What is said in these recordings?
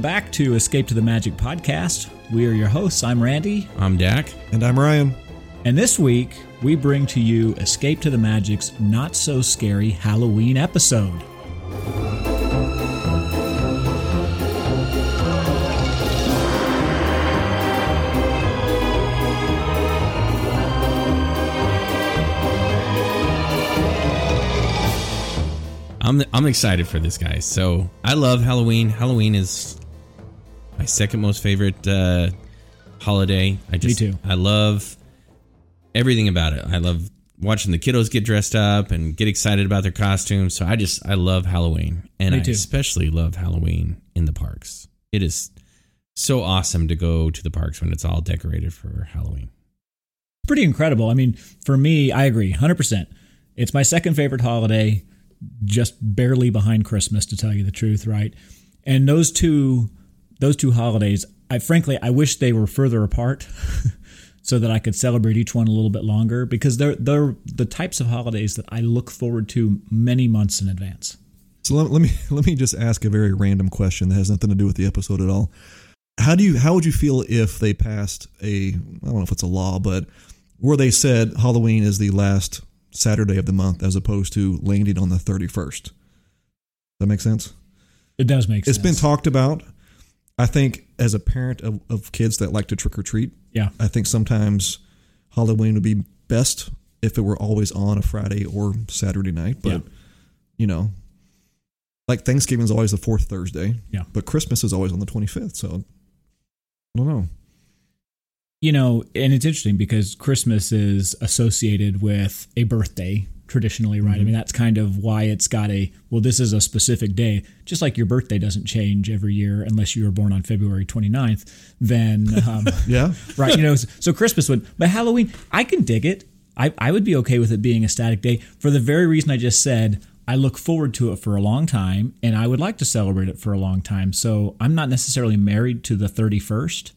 back to Escape to the Magic podcast. We are your hosts. I'm Randy. I'm Dak. And I'm Ryan. And this week, we bring to you Escape to the Magic's not so scary Halloween episode. I'm I'm excited for this, guys. So I love Halloween. Halloween is my second most favorite uh, holiday. I just too. I love everything about it. I love watching the kiddos get dressed up and get excited about their costumes. So I just I love Halloween, and Me I too. especially love Halloween in the parks. It is so awesome to go to the parks when it's all decorated for Halloween. Pretty incredible. I mean, for me, I agree 100%. It's my second favorite holiday, just barely behind Christmas to tell you the truth, right? And those two those two holidays, I frankly I wish they were further apart so that I could celebrate each one a little bit longer because they're they're the types of holidays that I look forward to many months in advance. So let, let me let me just ask a very random question that has nothing to do with the episode at all. How do you how would you feel if they passed a I don't know if it's a law, but where they said Halloween is the last Saturday of the month as opposed to landing on the thirty first? That makes sense. It does make It's sense. been talked about. I think as a parent of, of kids that like to trick or treat, yeah. I think sometimes Halloween would be best if it were always on a Friday or Saturday night. But Yeah. you know, like Thanksgiving is always the fourth Thursday. Yeah. But Christmas is always on the twenty fifth. So I don't know. you know, and it's interesting because Christmas is associated with a birthday traditionally, right? I mean, that's kind of why it's got a well, this is a specific day. Just like your birthday doesn't change every year unless you were born on February 29th, then um, Yeah. right? You know, so, so Christmas would, but Halloween, I can dig it. I, I would be okay with it being a static day for the very reason I just said. I look forward to it for a long time, and I would like to celebrate it for a long time. So I'm not necessarily married to the 31st.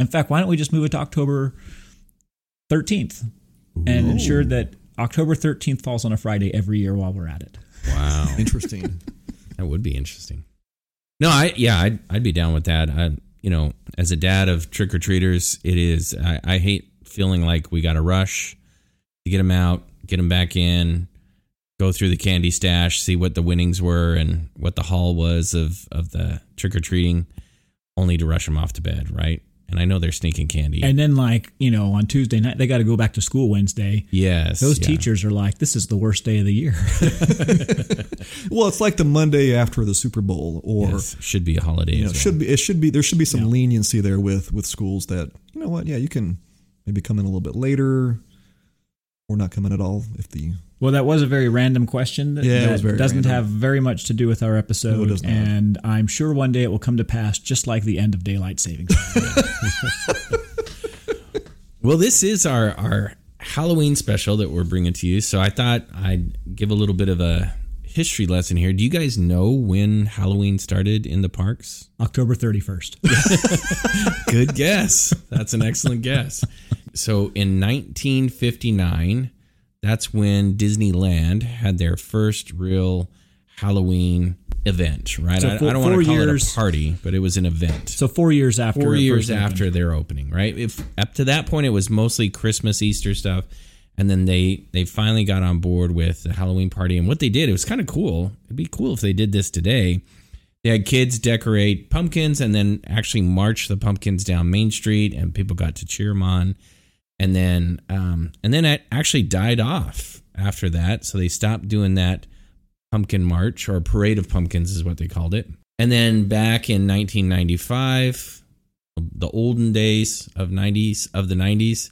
In fact, why don't we just move it to October 13th and ensure that October 13th falls on a Friday every year while we're at it? Wow. Interesting. That would be interesting. No, I yeah, I'd, I'd be down with that. I you know, as a dad of trick or treaters, it is I, I hate feeling like we got to rush to get them out, get them back in, go through the candy stash, see what the winnings were and what the haul was of of the trick or treating, only to rush them off to bed, right? And I know they're sneaking candy. And then, like, you know, on Tuesday night, they got to go back to school Wednesday. yes, Those yeah. teachers are like, this is the worst day of the year. well, it's like the Monday after the Super Bowl, or Yes, should be a holiday. you know, as well. should be it should be there should be some leniency there with with schools that you know what? Yeah, you can maybe come in a little bit later, or not come in at all if the Well, that was a very random question. That, Yeah, it that was very doesn't random. have very much to do with our episode. No, it does not. And I'm sure one day it will come to pass, just like the end of daylight savings. Well, this is our our Halloween special that we're bringing to you. So I thought I'd give a little bit of a history lesson here. Do you guys know when Halloween started in the parks? October 31st. Good guess. That's an excellent guess. So in 1959, that's when Disneyland had their first real Halloween event, right? So I, four- I don't want four to call years- it a party, but it was an event So four years after. four it first years opened. after their opening, right? If up to that point it was mostly Christmas, Easter stuff, and then they they finally got on board with the Halloween party. And what they did, it was kind of cool. It'd be cool if they did this today. They had kids decorate pumpkins and then actually march the pumpkins down Main Street, and people got to cheer them on. And then um, and then it actually died off after that, so they stopped doing that pumpkin march or parade of pumpkins is what they called it. And then back in 1995, the olden days of 90s of the 90s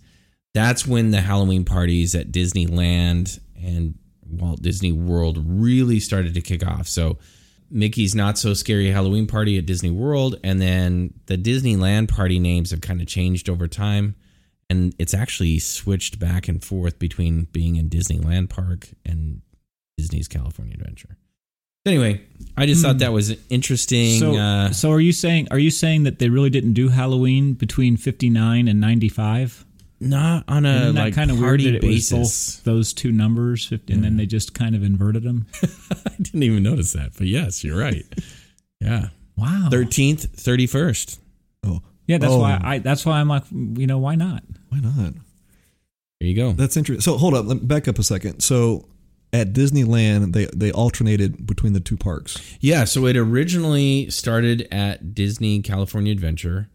that's when the halloween parties at disneyland and walt disney world really started to kick off so mickey's not so scary halloween party at disney world and then the disneyland party names have kind of changed over time and it's actually switched back and forth between being in disneyland park and disney's california adventure anyway i just thought that was interesting So, uh, so are you saying are you saying that they really didn't do Halloween between 59 and 95? not on a Isn't that Uh, like kind of weird party that it was basis. both those two numbers, 50, and then they just kind of inverted them? I didn't even notice that, but yes, you're right. yeah, Wow. Thirteenth, thirty first. Oh, Yeah, that's Oh. why I. That's why I'm like, you know, why not? Why not? There you go. That's interesting. So hold up, let me back up a second. So at Disneyland, they they alternated between the two parks. Yeah, so it originally started at Disney California Adventure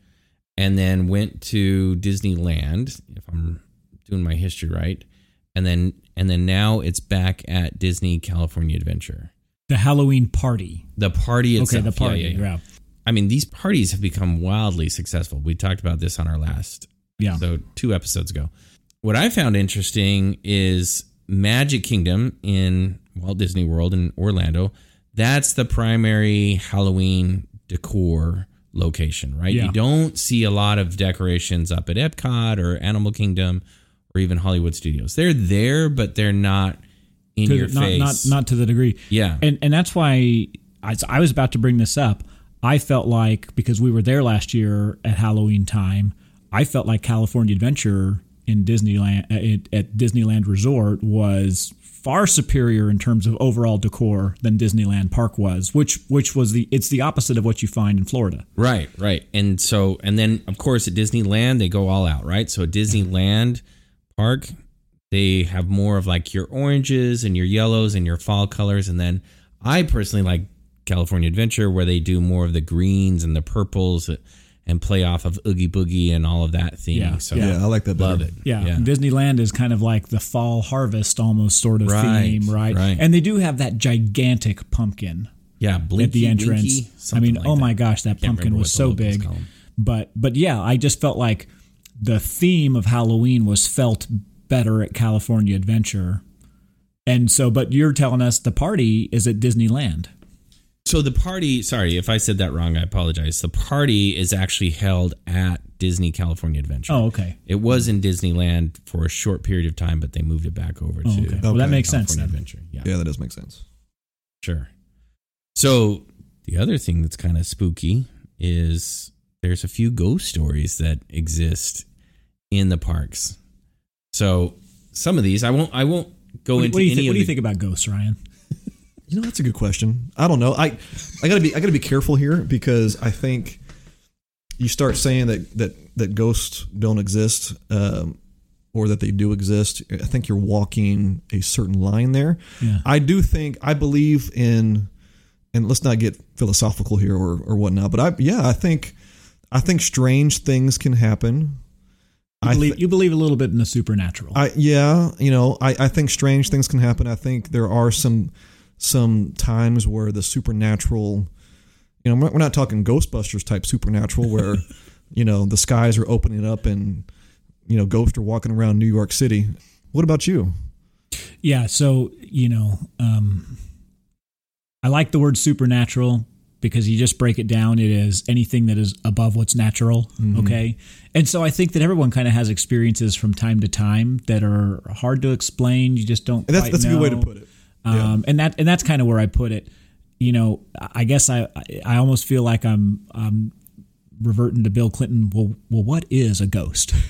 and then went to Disneyland, if I'm doing my history right. And then and then now it's back at Disney California Adventure. The Halloween party. The party Okay, itself. the yeah, party. yeah, Yeah. yeah. I mean, these parties have become wildly successful. We talked about this on our last Yeah. so two episodes ago. What I found interesting is Magic Kingdom in Walt Disney World in Orlando. That's the primary Halloween decor location, right? Yeah. You don't see a lot of decorations up at Epcot or Animal Kingdom or even Hollywood Studios. They're there, but they're not in To your the- not, face. not not to the degree. yeah. And and that's why I, I was about to bring this up. I felt like because we were there last year at Halloween time, I felt like California Adventure in Disneyland at, at Disneyland Resort was far superior in terms of overall decor than Disneyland Park was, which which was the it's the opposite of what you find in Florida. Right, right. And so, and then of course at Disneyland, they go all out, right? So at Disneyland Park, they have more of like your oranges and your yellows and your fall colors. And then I personally like California Adventure where they do more of the greens and the purples and play off of Oogie Boogie and all of that theme. Yeah, so Yeah, I like that better. love it. Yeah, Disneyland is kind of like the fall harvest almost sort of Right, theme, right? right. And they do have that gigantic pumpkin Yeah. Blinky, at the entrance. Winky, I something mean, like oh that. my gosh, that Can't pumpkin remember was what the so locals big. call 'em. But but yeah, I just felt like the theme of Halloween was felt better at California Adventure. And so but you're telling us the party is at Disneyland. So the party, sorry if I said that wrong, I apologize. The party is actually held at Disney California Adventure. Oh, okay. It was in Disneyland for a short period of time, but they moved it back over to Oh, okay. Well, that Okay, makes sense California then. Adventure. Yeah, Yeah, that does make sense. sure. So the other thing that's kind of spooky is there's a few ghost stories that exist in the parks. So some of these, I won't, I won't go What, into do you, any think, of what do you the- think about ghosts, Ryan? You know, that's a good question. I don't know. I I gotta be I gotta be careful here because I think you start saying that that that ghosts don't exist, um, or that they do exist. I think you're walking a certain line there. Yeah. I do think I believe in, and let's not get philosophical here or or whatnot. But I yeah, I think I think strange things can happen. You I believe, thi- you believe a little bit in the supernatural. I yeah, you know, I, I think strange things can happen. I think there are some some times where the supernatural, you know, we're not- we're not talking Ghostbusters type supernatural where you know the skies are opening up and you know ghosts are walking around New York City. What about you? Yeah, so you know, um, I like the word supernatural because you just break it down. It is anything that is above what's natural. Mm-hmm. Okay, and so I think that everyone kind of has experiences from time to time that are hard to explain. You just don't. And that's quite that's a good way to know. put it. Yeah. Um, and that and that's kind of where I put it. You know, I I guess I I almost feel like I'm I'm reverting to Bill Clinton. Well, well, what is a ghost?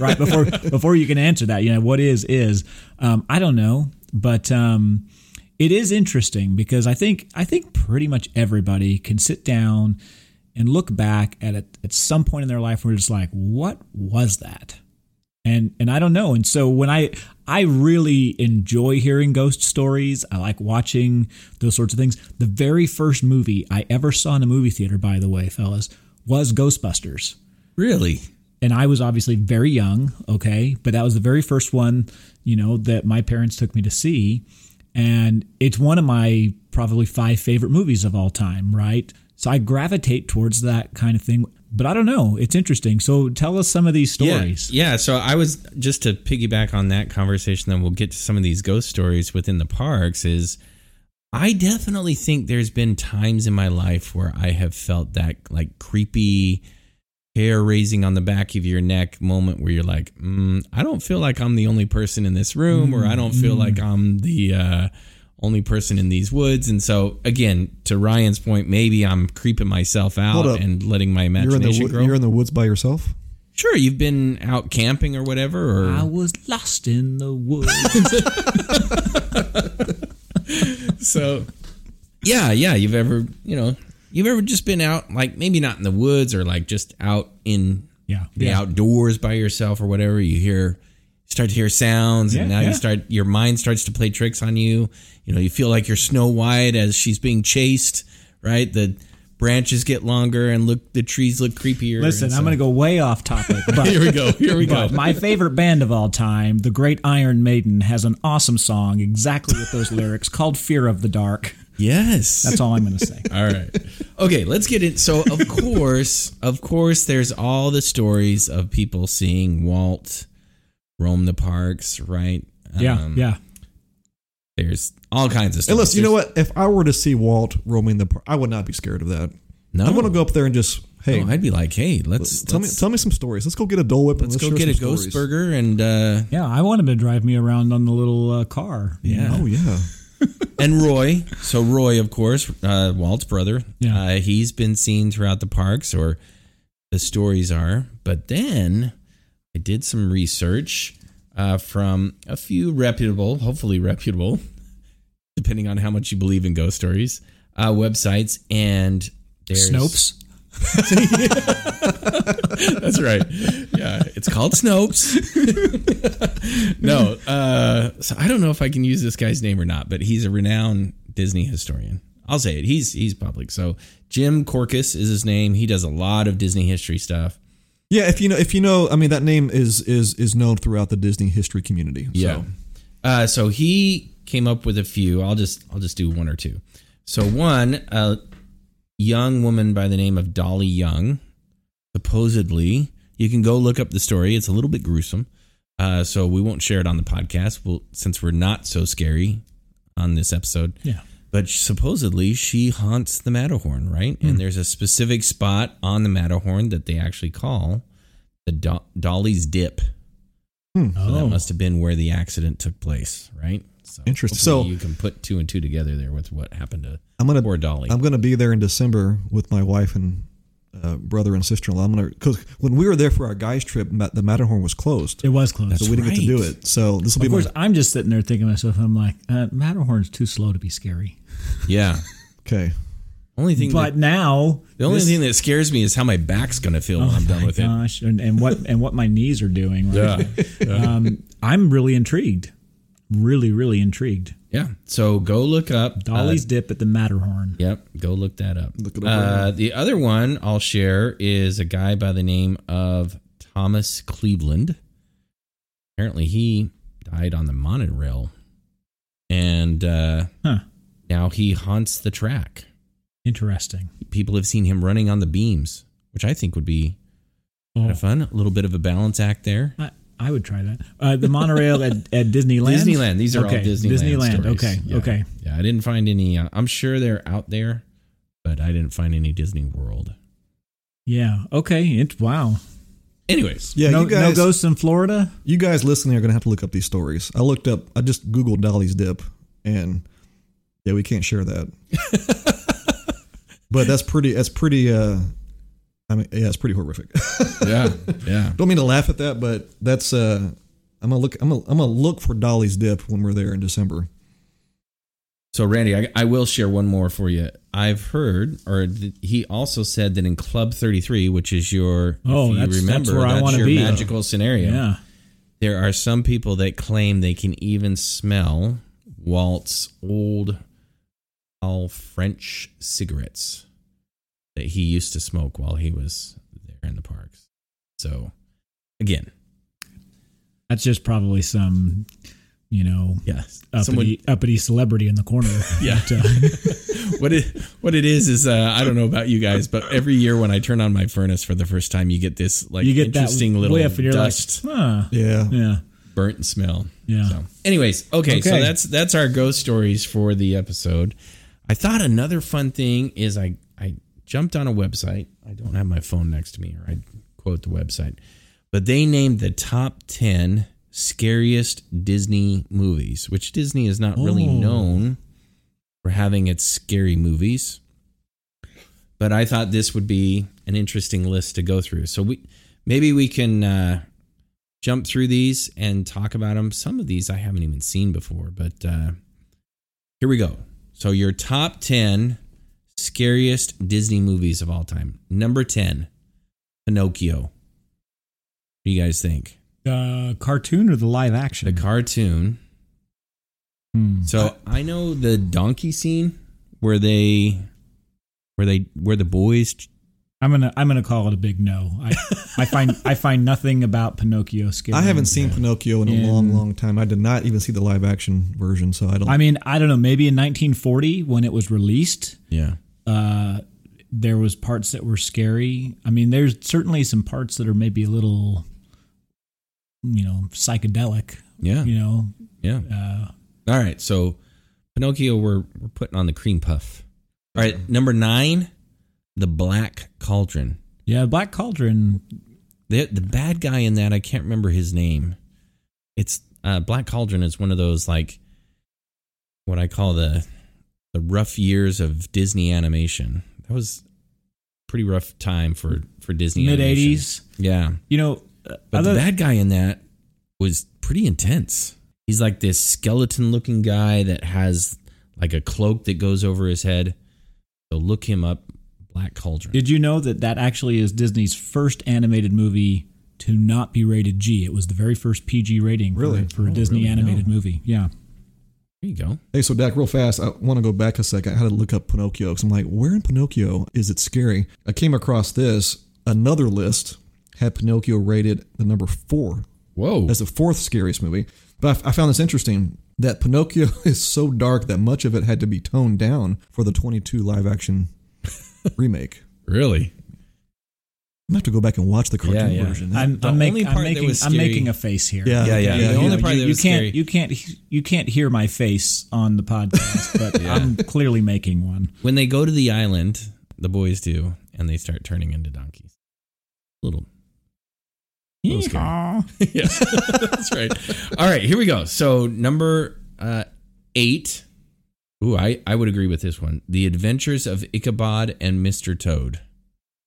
right before before you can answer that, you know what is is. Um, I don't know, but um, it is interesting because I think I think pretty much everybody can sit down and look back at it at some point in their life where it's like, what was that? and and I don't know. And so when I I really enjoy hearing ghost stories. I like watching those sorts of things. The very first movie I ever saw in a movie theater, by the way, fellas, was Ghostbusters. really And I was obviously very young, okay, but that was the very first one, you know, that my parents took me to see. And it's one of my probably five favorite movies of all time, right? So I gravitate towards that kind of thing. But I don't know. It's interesting. So tell us some of these stories. Yeah, yeah. So I was just to piggyback on that conversation, then we'll get to some of these ghost stories within the parks. Is I definitely think there's been times in my life where I have felt that like creepy hair raising on the back of your neck moment where you're like, mm, I don't feel like I'm the only person in this room, or I don't feel like Mm-hmm. I'm the uh, only person in these woods. And so, again, to Ryan's point, maybe I'm creeping myself out Hold up. and letting my You're in imagination the wo- grow. you're in the woods by yourself. Sure, you've been out camping or whatever, or I was lost in the woods. so. Yeah, yeah, you've ever you know You've ever just been out, like maybe not in the woods or like just out in Yeah. the Yeah. outdoors by yourself or whatever. You hear, start to hear sounds, and Yeah, now you yeah. start, your mind starts to play tricks on you. You know, you feel like you're Snow White as she's being chased, right? The branches get longer and look, the trees look creepier. Listen, and I'm so- going to go way off topic, but Here we go. Here we go. But my favorite band of all time, the great Iron Maiden, has an awesome song exactly with those lyrics called "Fear of the Dark." yes. That's all I'm going to say. All right. Okay, let's get in. So, of course, of course, there's all the stories of people seeing Walt roam the parks, right? Yeah, Um, yeah. There's all kinds of stuff. Unless you know what, if I were to see Walt roaming the park, I would not be scared of that. No. I'm going to go up there and just hey, No, I'd be like, Oh. hey, let's tell me let's, tell me some stories. Let's go get a Dole Whip. let's go get a ghost burger and uh, Yeah, I want him to drive me around on the little uh, car. yeah. Oh yeah, and Roy. So Roy, of course, uh, Walt's brother. Yeah. Uh, he's been seen throughout the parks, or the stories are. But then I did some research uh, from a few reputable, hopefully reputable, depending on how much you believe in ghost stories, uh, websites, and there's Snopes. That's right. Yeah, it's called Snopes. no, uh, so I don't know if I can use this guy's name or not, but he's a renowned Disney historian. I'll say it. He's he's public. So Jim Corcus is his name. He does a lot of Disney history stuff. yeah. If you know, if you know, I mean, that name is is is known throughout the Disney history community. So. So, uh, so he came up with a few. I'll just I'll just do one or two. So one, a young woman by the name of Dolly Young, supposedly. You can go look up the story. It's a little bit gruesome, uh, so we won't share it on the podcast. Well, since we're not so scary on this episode, Yeah. but supposedly she haunts the Matterhorn, right? Hmm. And there's a specific spot on the Matterhorn that they actually call the Do- Dolly's Dip. So that Oh. must have been where the accident took place, right? So Interesting. hopefully So- you can put two and two together there with what happened to I'm gonna poor Dolly. I'm gonna be there in December with my wife and uh, brother and sister in law. I'm gonna because when we were there for our guys trip, Ma- the Matterhorn was closed, It was close. That's so we didn't get to do right. it. So this will be of my, course, I'm just sitting there thinking to myself, I'm like, uh, Matterhorn's too slow to be scary. yeah. okay. Only Mm-hmm. thing But that, now, the only this- thing that scares me is how my back's gonna feel when I'm done Oh, my with it. gosh, and, and what and what my knees are doing. Right Yeah. now. Um, I'm really intrigued. Really, really intrigued. Yeah. So go look up uh, Dolly's dip at the Matterhorn. Yep, go look that up. Look it up Uh, the other one I'll share is a guy by the name of Thomas Cleveland. Apparently, he died on the monorail, and uh, Huh. now he haunts the track. Interesting. People have seen him running on the beams, which I think would be kind Oh. of fun. A little bit of a balance act there. I, I would try that. Uh, the monorail at, at Disneyland. Disneyland. These are all Disneyland. Disneyland. stories. Okay. Yeah. Okay. Yeah, I didn't find any. Uh, I'm sure they're out there, but I didn't find any Disney World. Yeah. Okay. It, wow. Anyways, Yeah, no, you guys, no ghosts in Florida. you guys listening are gonna have to look up these stories. I looked up. I just googled Dolly's Dip, and yeah, we can't share that. but that's pretty. That's pretty. uh I mean, yeah, it's pretty horrific. yeah, yeah. Don't mean to laugh at that, but that's. uh I'm gonna look. I'm gonna, I'm gonna look for Dolly's Dip when we're there in December. So, Randy, I, I will share one more for you. I've heard, or th- he also said that in Club 33, which is your, Oh, if you that's- remember, that's where I wanna your be. magical scenario. Yeah. There are some people that claim they can even smell Walt's old, all French cigarettes that he used to smoke while he was there in the parks. So, again, That's just probably some, you know, yes, uppity, someone uppity celebrity in the corner. Yeah. But, uh, what it what it is is uh, I don't know about you guys, but every year when I turn on my furnace for the first time, you get this like you get that interesting little whiff, and you're dust like, huh. Yeah, Yeah. burnt smell. Yeah. So, anyways, okay, so Okay. that's that's our ghost stories for the episode. I thought another fun thing is I I jumped on a website. I don't have my phone next to me, or I quote the website, but they named the top ten scariest Disney movies, which Disney is not really Oh. known for having its scary movies. But I thought this would be an interesting list to go through. So we maybe we can uh, jump through these and talk about them. Some of these I haven't even seen before, but uh, here we go. So your top ten Scariest Disney movies of all time. Number 10, Pinocchio. What do you guys think? The cartoon or the live action? The cartoon. Hmm. So Mm-hmm. I know the donkey scene where they where they where the boys I'm gonna I'm gonna call it a big no. I, I find I find nothing about Pinocchio scary. I haven't seen Pinocchio in a In- long, long time. I did not even see the live action version, so I don't. I mean, I don't know. Maybe in 1940 when it was released, Yeah. uh, there was parts that were scary. I mean, there's certainly some parts that are maybe a little, you know, psychedelic. Yeah. You know, Yeah. uh, All right. So Pinocchio we're we're putting on the cream puff. All right, number 9, The Black Cauldron. yeah. Black Cauldron. The the bad guy in that, I can't remember his name. It's uh Black Cauldron is one of those like what I call the the rough years of Disney animation. That was pretty rough time for for Disney Mid animation. '80s. Yeah. You know, uh, But other- the bad guy in that was pretty intense. He's like this skeleton looking guy that has like a cloak that goes over his head. So look him up, Black Cauldron. Did you know that that actually is Disney's first animated movie to not be rated G? It was the very first PG rating for- Really? for, a Disney really? animated No. movie. Yeah. there you go. hey, so Dak, real fast, I want to go back a sec. I had to look up Pinocchio because I'm like, where in Pinocchio is it scary? I came across this another list had Pinocchio rated the number four Whoa. as the fourth scariest movie. But I, I found this interesting that Pinocchio is so dark that much of it had to be toned down for the 22 live action remake. really? I'm gonna have to go back and watch the cartoon Yeah, yeah. version. I'm, The I'm, make- only I'm part that making was I'm scary- making a face here. Yeah. Yeah, yeah. Yeah, the yeah. only You- part you, that was can't scary. you can't you can't hear my face on the podcast, but I'm clearly making one. when they go to the island, the boys do, and they start turning into donkeys. Little. little scary. yeah, that's right. All right, here we go. So number uh, eight. Ooh, I, I would agree with this one. The Adventures of Ichabod and Mr. Toad.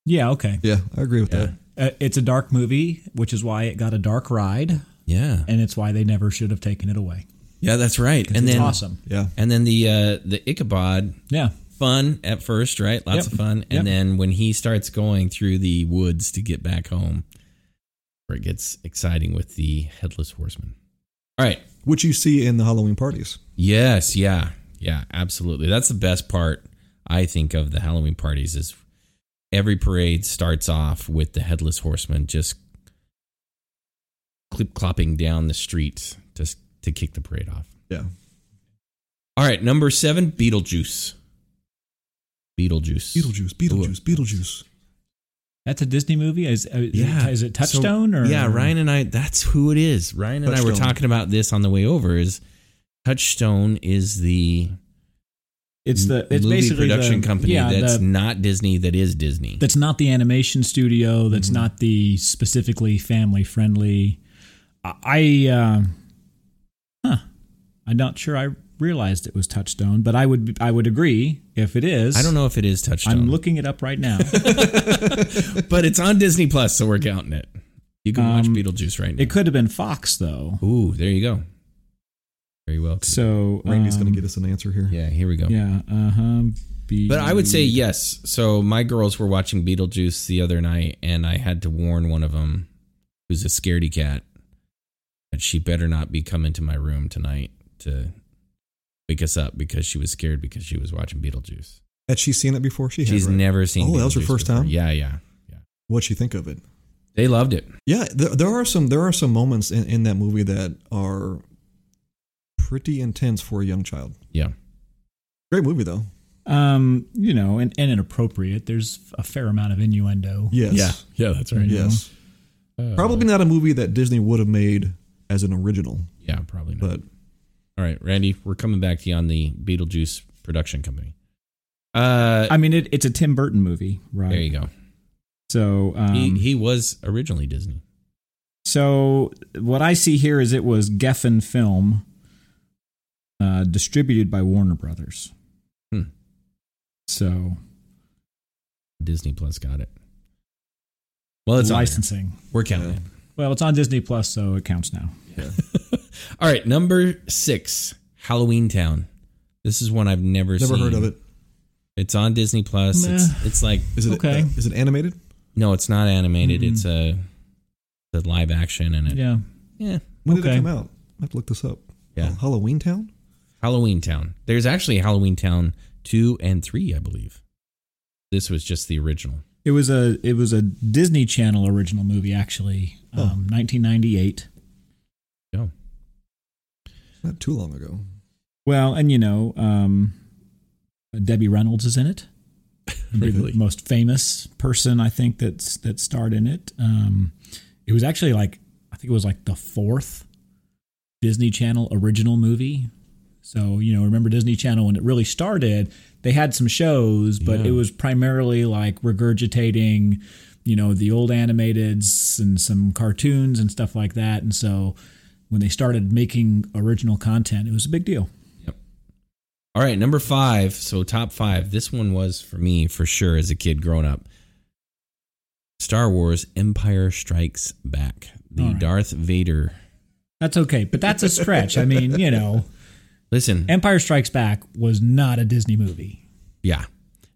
Yeah, okay. yeah, I agree with that. Uh, it's a dark movie, which is why it got a dark ride, Yeah, and it's why they never should have taken it away. yeah, that's right. And it's then awesome. Yeah. and then the uh, the Ichabod Yeah. fun at first, right? Lots Yep. of fun, and Yep. then when he starts going through the woods to get back home, where it gets exciting with the headless horseman. All right, Which you see in the Halloween parties. Yes, yeah, yeah, absolutely. That's the best part I think of the Halloween parties is every parade starts off with the headless horseman just clip clopping down the street just to kick the parade off. Yeah. All right, number seven, Beetlejuice. Beetlejuice. Beetlejuice, Beetlejuice, Beetlejuice. That's a Disney movie. Is, uh, is, Yeah. it, is it So- Touchstone or Yeah, Ryan and I that's who it is. Ryan and I were Touchstone. talking about this on the way over is Touchstone is the It's the it's movie basically production the, company yeah, that's the- not Disney that is Disney. that's not the animation studio. That's not the specifically family friendly. I, I uh, huh, I'm not sure I realized it was Touchstone, but I would I would agree if it is. I don't know if it is Touchstone, I'm looking it up right now. but it's on Disney Plus, so we're counting it. You can watch Um, Beetlejuice right now. it could have been Fox though. Ooh, there you go. Very well. So Randy's um, going to get us an answer here. yeah, here we go. Yeah. Uh huh. But I would say yes. So my girls were watching Beetlejuice the other night, and I had to warn one of them, who's a scaredy cat, that she better not be coming to my room tonight to wake us up because she was scared because she was watching Beetlejuice. Had she seen it before? She She's had, right? never seen. Oh, that was her Beetlejuice first before. time? Yeah, yeah, yeah. What'd she think of it? They loved it. Yeah, there, there are some there are some moments in, in that movie that are pretty intense for a young child. Yeah. Great movie though. um, you know, and, and inappropriate. There's a fair amount of innuendo. Yes. Yeah, that's Yes. Uh, Probably not a movie that Disney would have made as an original, Uh, Yeah, probably not. but All right, Randy, we're coming back to you on the Beetlejuice production company. Uh, I mean, it, it's a Tim Burton movie, right? there you go. So um, he he was originally Disney. So what I see here is it was Geffen Film, uh, distributed by Warner Brothers. Hmm. So Disney Plus got it. Well, it's on there. licensing. We're counting. Yeah. it. Well, it's on Disney Plus, so it counts now. All right, number six, Halloween Town. This is one I've never never seen. heard of it. It's on Disney Plus. Meh. It's it's like Is it Okay. uh, is it animated? no, it's not animated. Mm-mm. It's a the live action and it. Yeah. yeah. When did Okay. it come out? I have to look this up. Yeah. Oh, Halloween Town. Halloween Town. There's actually Halloween Town two and three, I believe. This was just the original. It was a it was a Disney Channel original movie actually, Oh. um, 1998. Yeah. Not too long ago. Well, and you know, um, Debbie Reynolds is in it. Really? The most famous person I think that's that starred in it. Um, it was actually like I think it was like the fourth Disney Channel original movie. So you know, remember Disney Channel when it really started? They had some shows, but Yeah. it was primarily like regurgitating, you know, the old animateds and some cartoons and stuff like that. And so when they started making original content, it was a big deal. All right, number five. So top five. This one was for me for sure as a kid growing up. Star Wars: Empire Strikes Back. The All right. Darth Vader. That's okay, but that's a stretch. I mean, you know, Listen, Empire Strikes Back was not a Disney movie. yeah,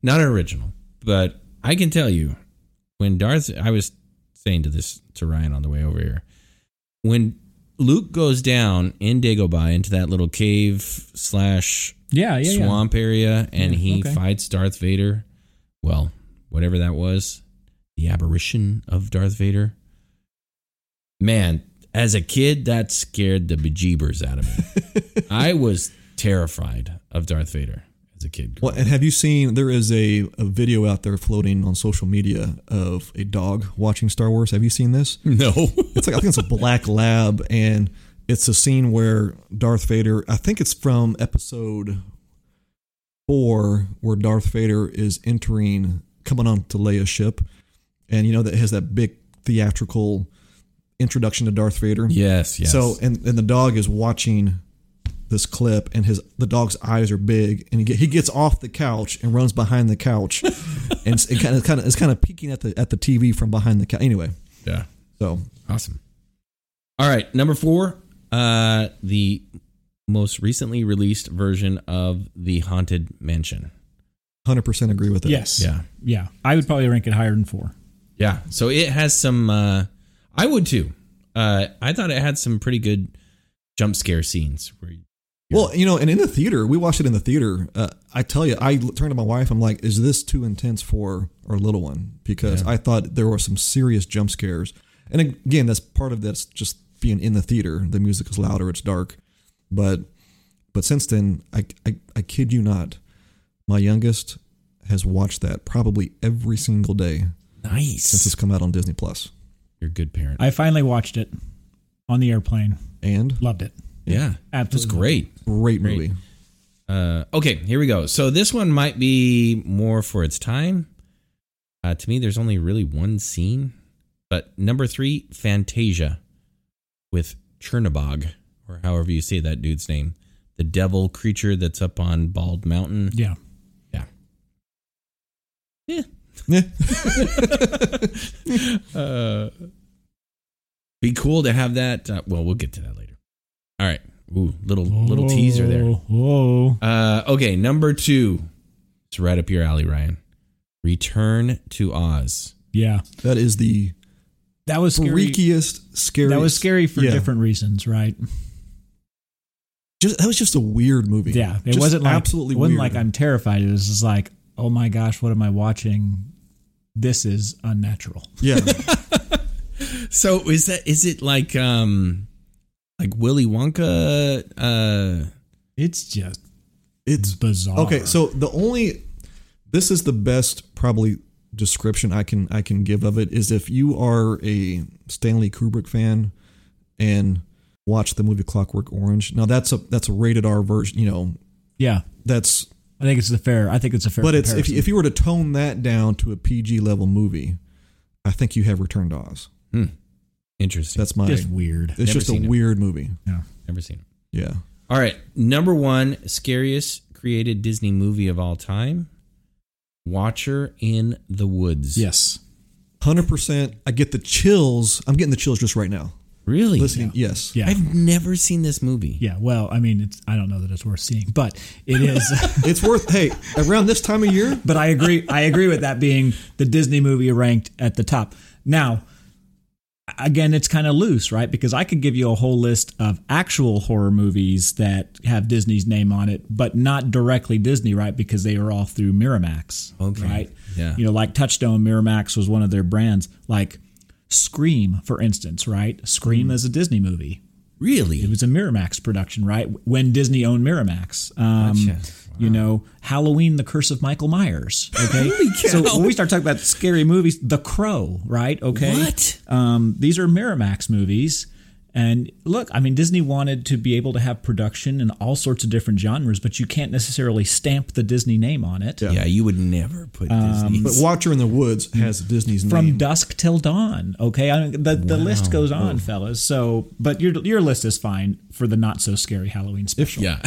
not original, but I can tell you when Darth. I was saying to this to Ryan on the way over here when Luke goes down in Dagobah into that little cave slash Yeah, yeah, yeah. swamp area and Yeah, he okay. fights Darth Vader. Well, whatever that was, the apparition of Darth Vader. Man, as a kid, that scared the bejeebers out of me. I was terrified of Darth Vader as a kid. Well, and have you seen? There is a, a video out there floating on social media of a dog watching Star Wars. Have you seen this? no. It's like I think it's a black lab, and it's a scene where Darth Vader. I think it's from Episode Four, where Darth Vader is entering, coming onto Leia's ship, and you know that it has that big theatrical introduction to Darth Vader. yes, yes. So and, and the dog is watching this clip, and his the dog's eyes are big, and he, get, he gets off the couch and runs behind the couch, and it's- it kind of kind of it's kind of peeking at the at the TV from behind the couch. Anyway, yeah. so Awesome. All right, number four, uh, the most recently released version of the Haunted Mansion. hundred percent agree with that. Yes. Yeah. I would probably rank it higher than four. Yeah. So it has some. Uh, I would too. Uh, I thought it had some pretty good jump scare scenes. Where you, Well, you know, and in the theater, we watched it in the theater. Uh, I tell you, I l- turned to my wife. I'm like, "Is this too intense for our little one?" Because I thought there were some serious jump scares. And ag- again, that's part of that's just being in the theater. The music is louder, it's dark, but but since then, I I, I kid you not, my youngest has watched that probably every single day since nice. it's come out on Disney Plus. You're a good parent. I finally watched it on the airplane. And Loved it. yeah, that's Absolutely. great. great movie. Uh, okay, here we go. So this one might be more for its time. Uh, to me, there's only really one scene. But number three, Fantasia, with Chernabog, or however you say that dude's name, the devil creature that's up on Bald Mountain. Yeah. Yeah. Yeah. Yeah. uh, be cool to have that. Uh, well, we'll get to that later. All right. Ooh, little little teaser there. Oh. Whoa. Uh, okay, number two. It's right up your alley, Ryan. Return to Oz. Yeah. That is the That was scary. freakiest, scariest. That was scary for Yeah. different reasons, right? Just that was just a weird movie. Yeah. It Just wasn't like absolutely it wasn't weird. like I'm terrified. It was just like, oh my gosh, what am I watching? This is unnatural. Yeah, So is that is it like um like Willy Wonka? Uh, It's just it's bizarre. okay. So the only this is the best probably description I can I can give of it is if you are a Stanley Kubrick fan and watch the movie Clockwork Orange. Now that's a that's a rated R version. You know yeah, that's I think it's a fair. I think it's a fair. but it's if comparison. if you were to tone that down to a PG level movie, I think you have returned to Oz. hmm. interesting. That's my. just weird. it's just a seen it. weird movie. Yeah. Never seen it. Yeah. All right, number one scariest created Disney movie of all time. Watcher in the Woods. Yes. Hundred percent. I get the chills. I'm getting the chills just right now. Really? Listening, yes. Yeah. I've never seen this movie. yeah. Well, I mean, it's, I don't know that it's worth seeing, but it is. It's worth, hey, around this time of year, but I agree. I agree with that being the Disney movie ranked at the top. Now, again, it's kind of loose, right? Because I could give you a whole list of actual horror movies that have Disney's name on it, but not directly Disney, right? Because they are all through Miramax, Okay. right? Yeah. You know, like Touchstone, Miramax was one of their brands. Like Scream, for instance, right? Hmm. Scream is a Disney movie. It Really? was a Miramax production, right? When Disney owned Miramax. Um, You know, Halloween, The Curse of Michael Myers. Okay. so when we start talking about scary movies, The Crow, right? Okay. What? Um, these are Miramax movies. And look, I mean, Disney wanted to be able to have production in all sorts of different genres, but you can't necessarily stamp the Disney name on it. Yeah, you would never put Disney. Um, but Watcher in the Woods has Disney's From name. dusk till dawn. Okay, I mean, the the list goes on, fellas. So, but your your list is fine for the not so scary Halloween special. yeah.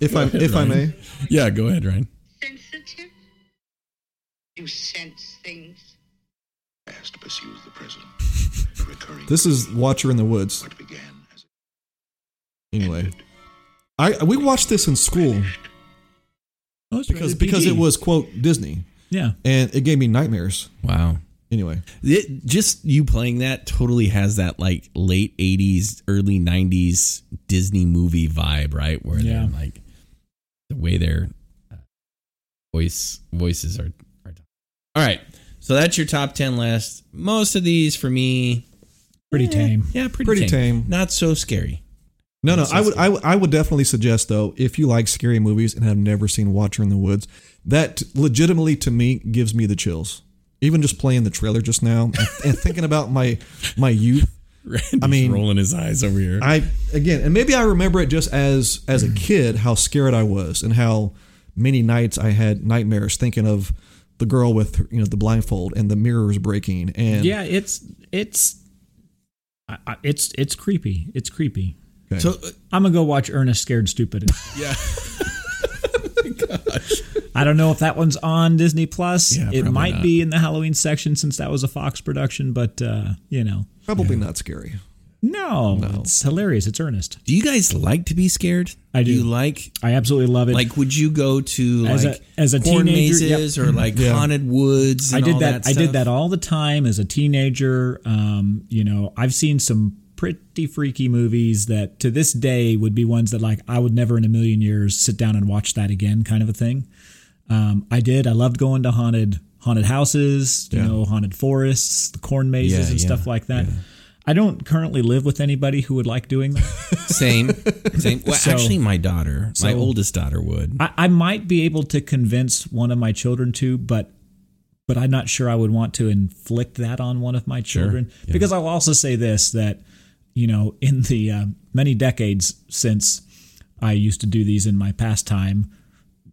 if I if I may, yeah, go ahead, Ryan. sensitive? You sense things. past pursues the present, a recurring this is Watcher in the Woods. what began as Anyway, I we watched this in school Oh, it's because rated because it PG. was quote Disney, yeah. and it gave me nightmares. Wow. Anyway, It, just you playing that totally has that like late 80s, early 90s Disney movie vibe, right? Where Yeah. they're like the way their uh, voice voices are are done. All right. So that's your top 10 list. Most of these for me eh, Pretty tame. Yeah, pretty, Pretty tame. Not so scary. no, no, That's so I would I, scary. would- I would definitely suggest though if you like scary movies and have never seen Watcher in the Woods, that legitimately to me gives me the chills. Even just playing the trailer just now and- and thinking about my my youth Randy's mean- rolling his eyes over here. I again, and maybe I remember it just as as a kid how scared I was and how many nights I had nightmares thinking of the girl with you know the blindfold and the mirrors breaking and Yeah, it's it's I, I, it's it's creepy. It's creepy. Okay. so uh, I'm gonna go watch Ernest Scared Stupid. yeah. I don't know if that one's on Disney Plus. Yeah, it probably might not. be in the Halloween section since that was a Fox production, but uh, you know, probably not scary. no, it's hilarious. It's Ernest. do you guys like to be scared? I do. You like I absolutely love it. like would you go to As a- like as a corn teenager, yep. mazes or like haunted woods? I and did all that. that. I did stuff? that all the time as a teenager. Um, you know, I've seen some pretty freaky movies that to this day would be ones that like I would never in a million years sit down and watch that again, kind of a thing. Um, I did. I loved going to haunted haunted houses, you know, haunted forests, the corn mazes, Yeah, and yeah, stuff like that. I don't currently live with anybody who would like doing that. Same, same. Well, So- actually, my daughter, my so- oldest daughter, would. I, I might be able to convince one of my children to, but but I'm not sure I would want to inflict that on one of my children because I'll also say this that you know in the uh, many decades since I used to do these in my past time,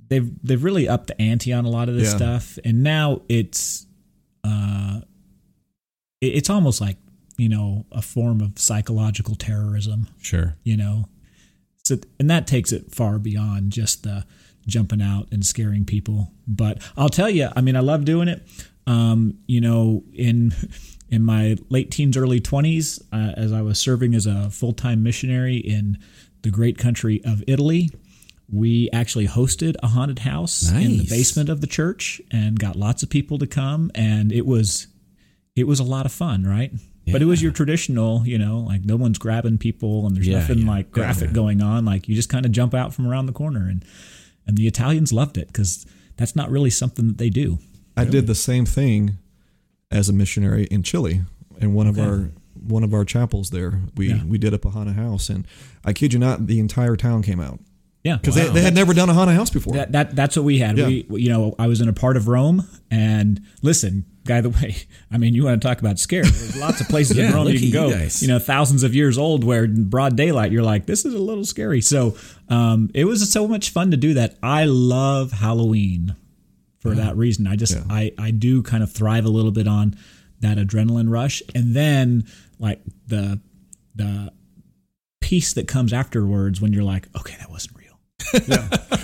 they've they've really upped the ante on a lot of this Yeah. stuff, and now it's uh, it- it's almost like you know a form of psychological terrorism Sure. you know so and that takes it far beyond just the jumping out and scaring people but i'll tell you i mean i love doing it um you know in in my late teens early 20s uh, as i was serving as a full-time missionary in the great country of italy we actually hosted a haunted house in the Nice. basement of the church and got lots of people to come and it was it was a lot of fun, right? But it was your traditional, you know, like no one's grabbing people and there's Yeah, nothing yeah. like graphic going on. Like you just kind of jump out from around the corner and and the Italians loved it because that's not really something that they do. I did the same thing as a missionary in Chile in one of our one of our chapels there. We Yeah. we did up a haunted house and I kid you not, the entire town came out Yeah, because they, they had never done a haunted house before. that, that that's what we had. Yeah. We you know I was in a part of Rome and listen, guy the way I mean you want to talk about scared. There's lots of places in Yeah, Rome look you can at you go. You, guys. know, thousands of years old where in broad daylight you're like this is a little scary. So um, it was so much fun to do that. I love Halloween for that reason. I just I I do kind of thrive a little bit on that adrenaline rush and then like the the peace that comes afterwards when you're like okay that wasn't real.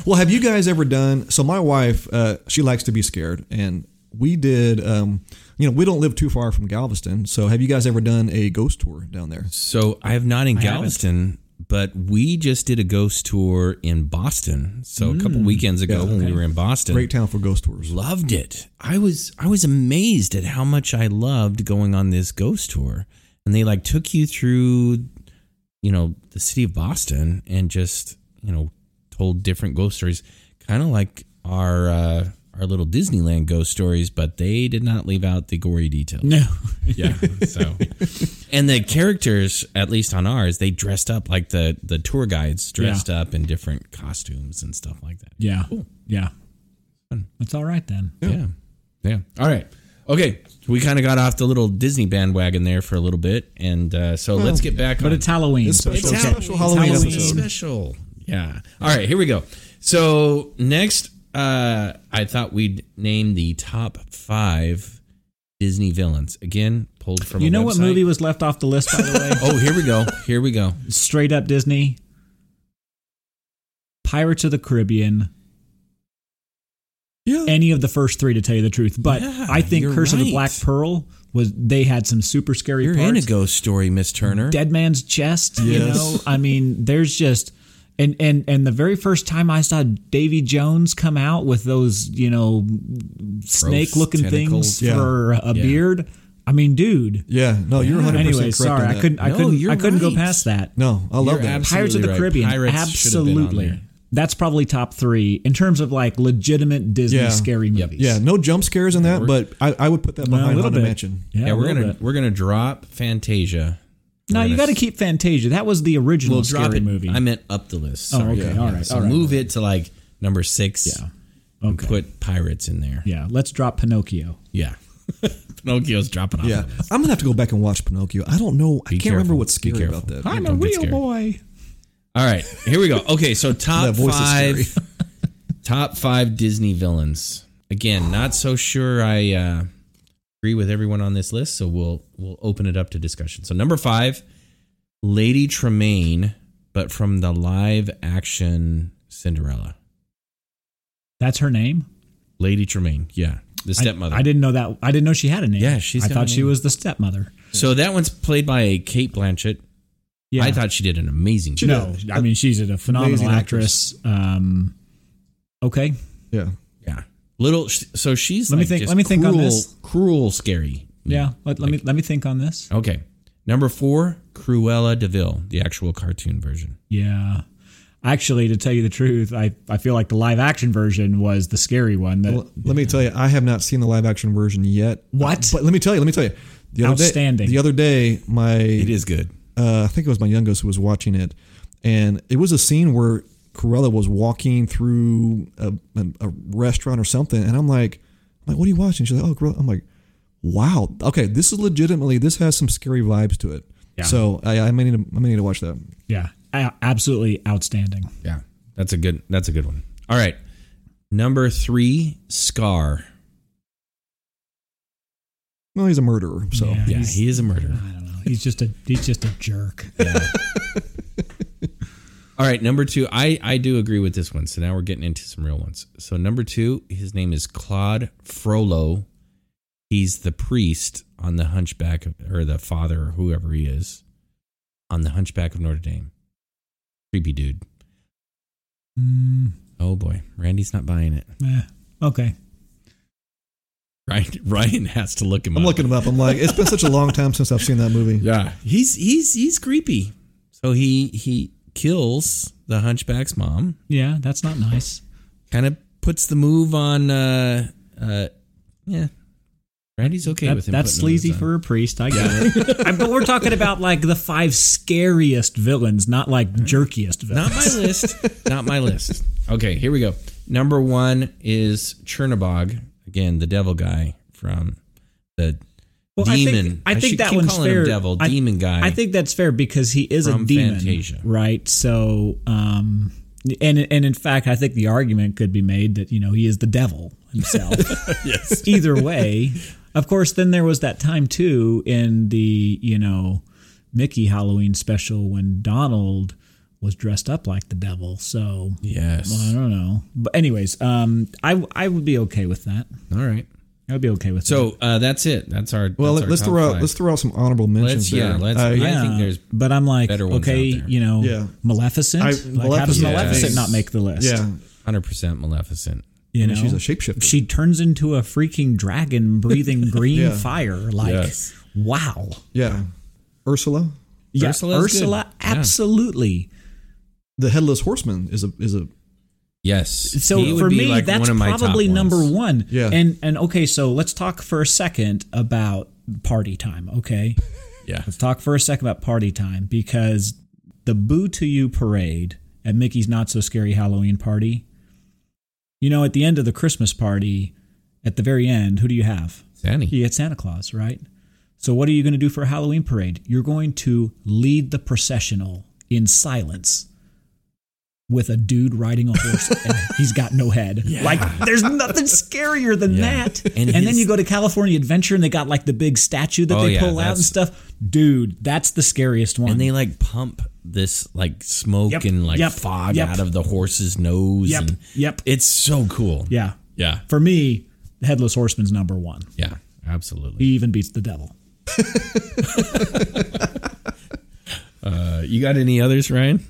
Well, have you guys ever done? So my wife, uh, she likes to be scared, and we did um, You know, we don't live too far from Galveston. So have you guys ever done a ghost tour down there? So I have not in I haven't. Galveston, but we just did a ghost tour in Boston. So a couple weekends ago Yeah, when we were in Boston, Great town for ghost tours. loved it. I was I was amazed at how much I loved going on this ghost tour, and they like took you through, you know, the city of Boston and just you know told different ghost stories, kind of like our uh, our little Disneyland ghost stories, but they did not leave out the gory details. No. Yeah. So, and the characters, at least on ours, they dressed up like the the tour guides dressed up in different costumes and stuff like that. Yeah. Cool. Yeah. That's all right then. Yeah. Yeah. All right. Okay. We kind of got off the little Disney bandwagon there for a little bit, and uh, so let's get back. But on. it's Halloween. It's so special, okay. special Halloween, Halloween. episode. special. Yeah. All right. Here we go. So next, uh, I thought we'd name the top five Disney villains. Again, pulled from. You a know what website. movie was left off the list, by the way? Oh, here we go. Here we go. Straight up Disney. Pirates of the Caribbean. Yeah. Any of the first three, to tell you the truth. But Yeah, I think you're Curse of the right. Black Pearl was, they had some super scary You're parts. in a ghost story, Miss Turner. dead man's chest you Yes. know i mean there's just and and and the very first time i saw davy jones come out with those you know snake looking tentacles. things Yeah. for a Yeah. beard i mean dude Yeah. No, you're 100% anyway correct. sorry on i that. couldn't i No, couldn't you're i couldn't go right. past that No, I love You're that. abs- Pirates of the Absolutely right. Caribbean, Pirates should have been on absolutely. there. That's probably top three in terms of like legitimate Disney Yeah. scary Yep. movies. yeah, no jump scares in that, but I, I would put that No, a behind little Haunted bit. Mansion. Yeah, we're a little gonna bit. we're gonna drop Fantasia. No, we're you gonna got to s- keep Fantasia. That was the original We'll scary drop it. movie. I meant up the list. Oh, Sorry. okay. All right. So All right. move it to like number six. Yeah. and Okay. Put pirates in there. yeah, let's drop Pinocchio. Yeah. Pinocchio's dropping off. Yeah, the list. I'm gonna have to go back and watch Pinocchio. I don't know. I Be can't remember careful. what's Be scary about careful. that. a real boy. All right. Here we go. Okay. So top That voice is five. top five Disney villains. Again, not so sure I uh, agree with everyone on this list, so we'll we'll open it up to discussion. So number five, Lady Tremaine, but from the live action Cinderella. That's her name. Lady Tremaine, yeah, the I- stepmother. I, didn't know that. I didn't know she had a name. Yeah, she's I got thought a she name. was the stepmother. So that one's played by Kate Blanchett. Yeah, I thought she did an amazing job. no. I mean, she's a phenomenal Amazing actress. Um, okay, Yeah, Yeah. Little. So she's. Let me like think- just let me think on cruel- this. Cruel, scary. yeah. Let, let me let me think on this. Okay. Number four, Cruella Deville, the actual cartoon version. Yeah, actually, to tell you the truth, I I feel like the live action version was the scary one. That Well, let me tell you, I have not seen the live action version yet. What? But let me tell you, let me tell you. The other Outstanding. Day, the other day, my It is good. uh, I think it was my youngest who was watching it, and it was a scene where Corella was walking through a, a, a restaurant or something, and I'm like, I'm like, what are you watching? She's like, oh, Corella. I'm like, wow, okay, this is legitimately this has some scary vibes to it. Yeah. So I, I may need to, I may need to watch that. yeah, a- absolutely outstanding. Yeah. That's a good. That's a good one. All right. Number three, Scar. Well, he's a murderer, so Yeah. Yeah, He's- he is a murderer. I don't know. He's just a he's just a jerk. All right, number two. I I do agree with this one. So now we're getting into some real ones. So number two, his name is Claude Frollo. He's the priest on the Hunchback of, or the father or whoever he is on the Hunchback of Notre Dame. Creepy dude. Mm, Oh boy, Randy's not buying it. eh, okay. Ryan Ryan has to look him I'm up. looking him up. I'm like, it's been such a long time since I've seen that movie. Yeah, he's he's he's creepy. So he he kills the Hunchback's mom. Yeah, that's not nice. kind of puts the move on uh uh yeah randy's okay That- with him that's putting the moves sleazy on. for a priest. I get it. I- but we're talking about like the five scariest villains, not like jerkiest not villains. my list not my list okay here we go number one is chernobog again the devil guy from the Well, demon I think, I think should that keep one's calling fair. him devil I- demon guy I think that's fair because he is a From demon, Fantasia. right? So, um, and and in fact, I think the argument could be made that you know he is the devil himself. yes. Either way, of course. Then there was that time too in the you know Mickey Halloween special when Donald was dressed up like the devil. So yes I don't know. But anyways, um, I I would be okay with that. all right I would be okay with that. So uh, that's it. That's our. Well, that's our let's top throw out five. let's throw out some honorable mentions. Let's- yeah, there. let's- Uh, I think there's but I'm like, better ones okay, out there. you know, Yeah. Maleficent. I- like, how does Maleficent Maleficent is- not make the list? yeah, hundred percent Maleficent. you I know, mean, she's a shapeshifter. She turns into a freaking dragon breathing green Yeah. fire. Like, Yes. wow. yeah. Ursula, Yeah, Ursula's Ursula, good. Yeah. absolutely. the headless horseman is a is a Yes. So He would for be, me, like, that's one of my top probably ones. number one. Yeah. And and okay, so let's talk for a second about party time. Okay, Yeah. let's talk for a second about party time because the "Boo to You" parade at Mickey's Not So Scary Halloween party. You know, at the end of the Christmas party, at the very end, who do you have? Danny. You get Santa Claus, right? So what are you going to do for a Halloween parade? You're going to lead the processional in silence with a dude riding a horse and he's got no head. Like there's nothing scarier than Yeah. that. And, And then his- you go to California Adventure and they got like the big statue that Oh, they yeah, pull out and that's- stuff. Dude, that's the scariest one. And they like pump this like smoke Mm. Yep. and like Yep. fog Yep. out of the horse's nose. Yep. And Yep. It's so cool. yeah. Yeah. For me, Headless Horseman's number 1. Yeah. He Absolutely. even beats the devil. Uh, you got any others, Ryan?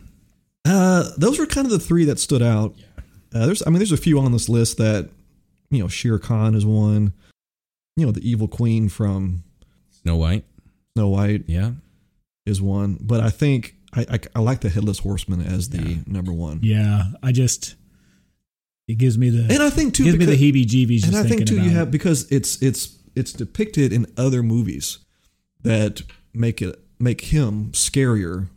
Uh, those were kind of the three that stood out. Uh, there's, I mean, there's a few on this list that, you know, Shere Khan is one. You know, the evil queen from Snow White. Snow White Yeah. is one, but I think I, I, I like the headless horseman as the number one. Yeah, I just it gives me the And I think too, gives because, me the heebie-jeebies. and just I think thinking too, you about it. have because it's it's it's depicted in other movies that make it make him scarier.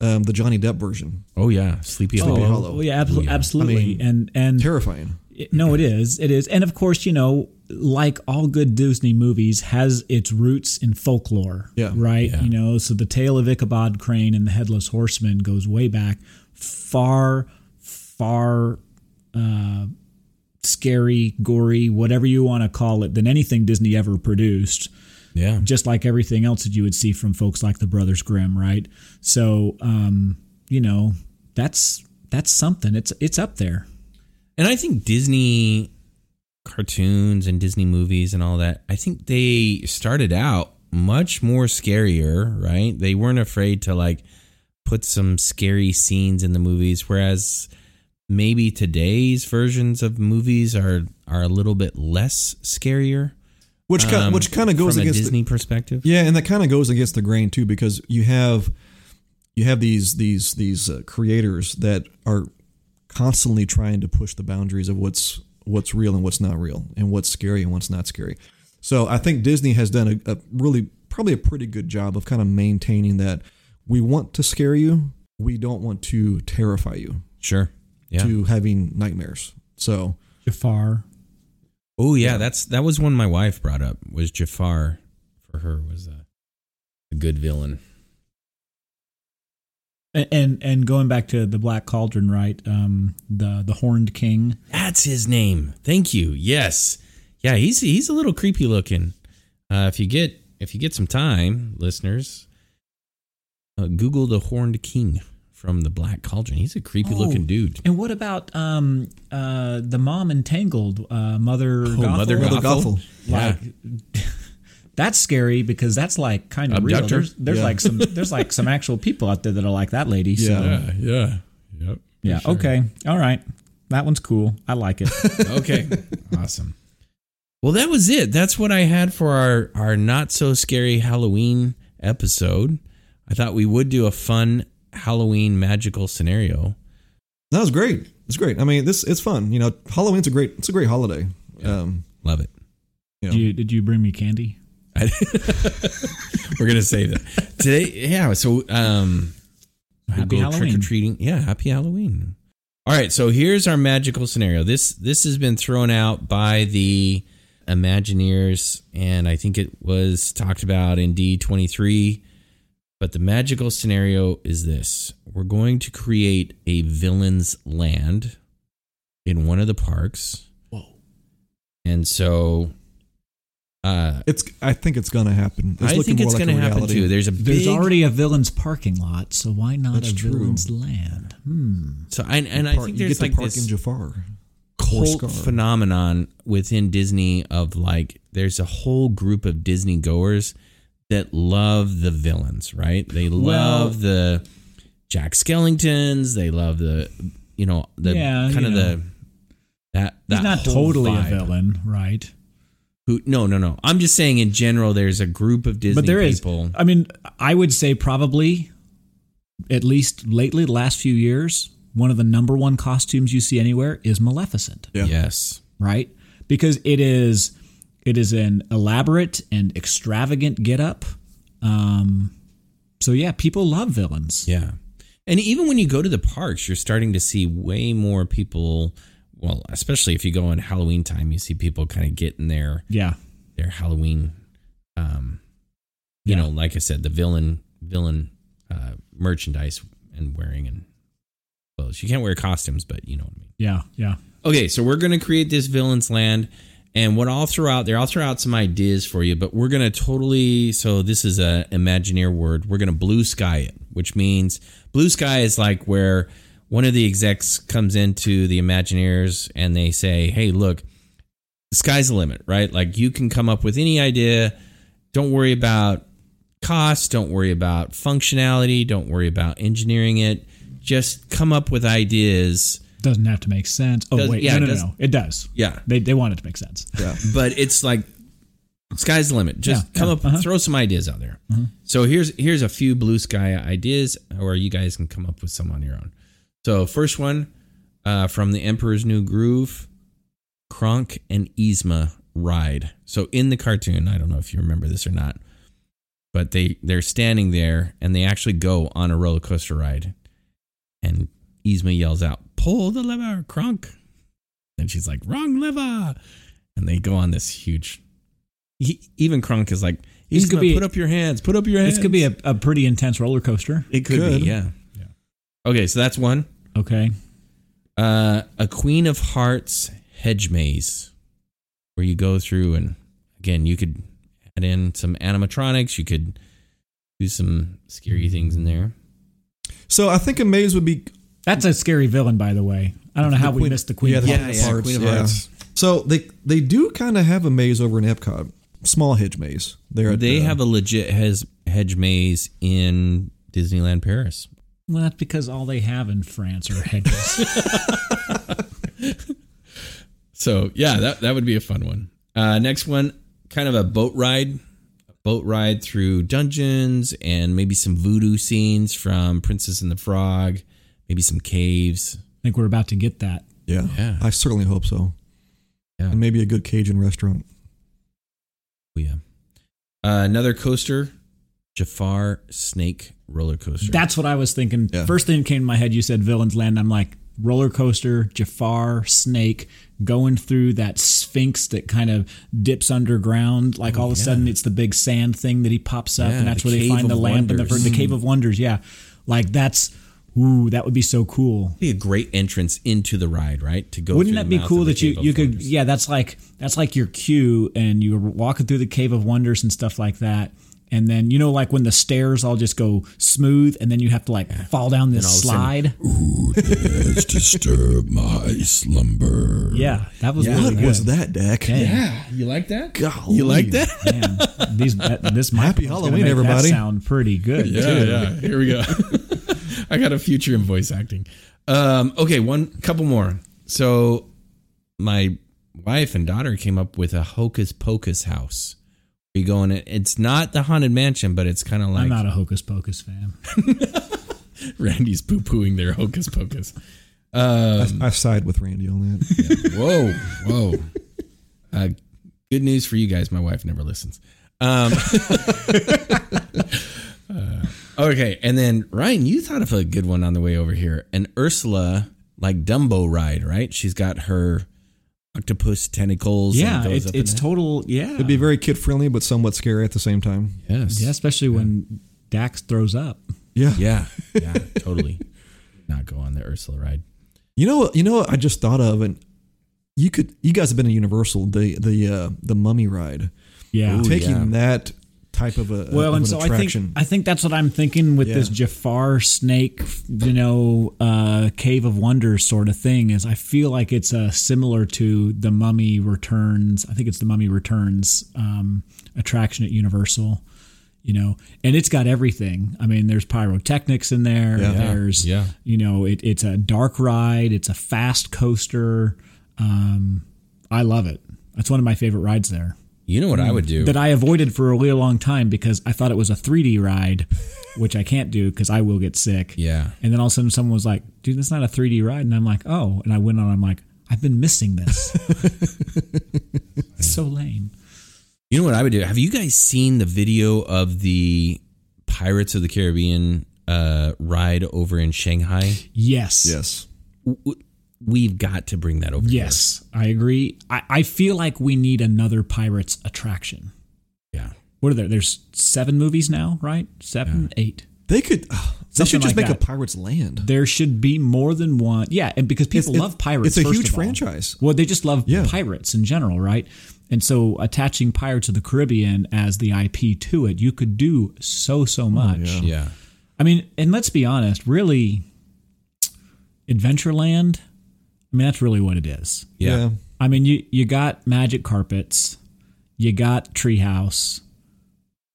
Um, the Johnny Depp version, Oh yeah. Sleepy, Sleepy Hollow. Hollow. Oh yeah, abso- Yeah. absolutely. I mean, and and terrifying. it- no, it is, it is, and of course, you know, like all good Disney movies, has its roots in folklore. Yeah. right. Yeah. You know, so the tale of Ichabod Crane and the Headless Horseman goes way back, far, far. Uh, scary gory whatever you want to call it than anything disney ever produced Yeah. just like everything else that you would see from folks like the Brothers Grimm, right? So, um, you know, that's that's something. It's it's up there. And I think Disney cartoons and Disney movies and all that, I think they started out much more scarier, right? They weren't afraid to like put some scary scenes in the movies whereas maybe today's versions of movies are are a little bit less scarier. Which kind, um, which kind of goes from against a the- Disney perspective. Yeah, and that kind of goes against the grain too, because you have you have these these these uh, creators that are constantly trying to push the boundaries of what's what's real and what's not real, and what's scary and what's not scary. So I think Disney has done a, a really probably a pretty good job of kind of maintaining that we want to scare you, we don't want to terrify you Sure. Yeah. to having nightmares. So Jafar. Oh yeah, that's that was one my wife brought up was Jafar for her was a, a good villain. And, and and going back to the Black Cauldron, right? Um, the the Horned King. That's his name. Thank you. Yes. Yeah, he's he's a little creepy looking. Uh, if you get if you get some time, listeners, uh, Google the Horned King from the Black Cauldron. He's a creepy looking Oh, dude. And what about um, uh, the mom entangled uh, mother? Oh, Mother Gothel? Mother Gothel. Gothel. Yeah. Like, that's scary because that's like kind of real. Abductor? There's, there's Yeah. like some there's like some actual people out there that are like that lady. So. Yeah. yeah. Yep. Yeah. sure. Okay. All right. That one's cool. I like it. okay. Awesome. Well, that was it. That's what I had for our our not so scary Halloween episode. I thought we would do a fun Halloween magical scenario. that was great. It's great. I mean, this it's fun. You know, Halloween's a great it's a great holiday. Um, Love it. you know. Did you, did you bring me candy? I- We're gonna save that today. Yeah. So um, Happy trick or Halloween. treating. Yeah. Happy Halloween. All right. So here's our magical scenario. This this has been thrown out by the Imagineers, and I think it was talked about in D23. But the magical scenario is this: we're going to create a villain's land in one of the parks. Whoa. And so, uh, It's. I think it's going to happen. It's I looking think more it's like a going to happen reality. too. There's a There's big, already a villain's parking lot, so why not That's a true. villain's land? Hmm. so and, and I Park- think you there's get like to park this in Jafar. poor whole Scar. phenomenon within Disney of like there's a whole group of Disney goers that love the villains, right? They Well- love the Jack Skellingtons. They love the you know the Yeah, kind you of know. the that that He's not whole totally vibe. a villain, right? Who? No, no, no. I'm just saying in general, there's a group of Disney but there is. people. I mean, I would say probably, at least lately, the last few years, one of the number one costumes you see anywhere is Maleficent. Yeah. Yes. right? Because it is it is an elaborate and extravagant getup. Um, so yeah, people love villains. Yeah. And even when you go to the parks, you're starting to see way more people. Well, especially if you go on Halloween time, you see people kind of getting their Yeah, their Halloween, um, you Yeah. know, like I said, the villain villain uh, merchandise and wearing and clothes. You can't wear costumes, but you know what I mean. yeah, yeah. Okay, so we're going to create this villain's land. And what I'll throw out there, I'll throw out some ideas for you, but we're going to totally. So, this is a Imagineer word. We're going to blue sky it, which means blue sky is like where one of the execs comes into the Imagineers and they say, Hey, look, the sky's the limit, right? Like, you can come up with any idea. Don't worry about cost. Don't worry about functionality. Don't worry about engineering it. Just come up with ideas. Doesn't have to make sense. Oh Does- wait, yeah, no, it no, no, does- no, it does. Yeah. They they want it to make sense. but it's like sky's the limit. Just Yeah, come yeah, Uh-huh. up, throw some ideas out there. So here's here's a few blue sky ideas, or you guys can come up with some on your own. So first one uh, from the Emperor's New Groove, Kronk and Yzma ride. So in the cartoon, I don't know if you remember this or not, but they they're standing there and they actually go on a roller coaster ride, and Yzma yells out, "Pull the lever, Kronk!" And she's like, "Wrong lever!" and they go on this huge. He, even Kronk is like, he's This could gonna be- put up your hands, put up your hands. This could be a, a pretty intense roller coaster. it could, Could. be, yeah. yeah. Okay, so that's one. Okay, Uh, a Queen of Hearts hedge maze, where you go through, and again, you could add in some animatronics. You could do some scary things in there. So I think a maze would be that's a scary villain, by the way. I don't know how we Queen- missed the Queen. Yeah, of the Hearts. Queen yeah, of Hearts. Queen of yeah. Hearts. So they they do kind of have a maze over in Epcot, small hedge maze. uh, There They have a legit hez, hedge maze in Disneyland Paris. Well, that's because all they have in France are hedges. So yeah, that that would be a fun one. Uh, next one, kind of a boat ride, boat ride through dungeons and maybe some voodoo scenes from Princess and the Frog, maybe some caves. I think we're about to get that. yeah. Yeah. I certainly hope so. Yeah. And maybe a good Cajun restaurant. Oh, yeah, uh, another coaster, Jafar Snake roller coaster. That's what I was thinking. Yeah. First thing that came to my head, you said Villain's Land. I'm like, roller coaster, Jafar, snake, going through that sphinx that kind of dips underground. Like all of a sudden, it's the big sand thing that he pops up, Oh, Yeah, and that's the where they Cave find the of lamp and the, Wonders. the Cave of Wonders. Yeah. Like that's, ooh, that would be so cool. be a great entrance into the ride, right? To go. Wouldn't through that the be mouth cool of the that you, Cave of you could Wonders. yeah that's like that's like your queue and you were walking through the cave of wonders and stuff like that and then you know like when the stairs all just go smooth and then you have to like fall down this all of a sudden- slide disturb my slumber. yeah that was really what good was that, Dak? Yeah, you like that? Golly. You like that? Man, these that, this happy Halloween, everybody. sound pretty good Yeah, yeah. Here we go. I got a future in voice acting. Um, okay, one couple more. So my wife and daughter came up with a hocus pocus house. We go in it. It's not the haunted mansion, but it's kind of I'm like not a hocus pocus fan Randy's poo pooing their hocus pocus. Um, I, I side with Randy on that. Whoa, whoa. Uh, good news for you guys. My wife never listens. Um, uh, okay, and then Ryan, you thought of a good one on the way over here. An Ursula like Dumbo ride, right? She's got her octopus tentacles. and yeah goes it, up in it's the- total yeah It'd be very kid friendly, but somewhat scary at the same time. yes, yeah especially when Dax throws up Yeah. yeah, yeah, totally. Not go on the Ursula ride. You know, you know, what I just thought of, and you could, you guys have been to Universal, the the uh, the Mummy ride. yeah Ooh, Taking yeah. that type of a well, of and an so I think attraction. I think that's what I'm thinking with Yeah. this Jafar snake, you know, uh, cave of wonders sort of thing. Is I feel like it's uh, similar to the Mummy Returns. I think it's the Mummy Returns um, attraction at Universal. You know, and it's got everything. I mean, there's pyrotechnics in there. Yeah. There's, Yeah. you know, it, it's a dark ride. It's a fast coaster. Um, I love it. That's one of my favorite rides there You know what I would do? Mm, that I avoided for a really long time because I thought it was a 3D ride, which I can't do because I will get sick. Yeah. And then all of a sudden someone was like, dude, that's not a 3D ride. And I'm like, oh. And I went on, I'm like, I've been missing this. It's so lame. You know what I would do? Have you guys seen the video of the Pirates of the Caribbean uh, ride over in Shanghai? Yes. yes, W- We've got to bring that over. here. Yes. I agree. I, I feel like we need another Pirates attraction. Yeah. What are there? There's seven movies now, right? Seven, eight. they could. they Something should just like make that. a Pirates Land. There should be more than one. Yeah, and because people It's- love it- pirates. it's a first huge of all. franchise. Well, they just love Yeah. pirates in general, right? And so attaching Pirates of the Caribbean as the IP to it, you could do so so much. Oh, Yeah. I mean, and let's be honest, really, Adventureland. I mean, that's really what it is. Yeah. I mean, you you got magic carpets, you got treehouse.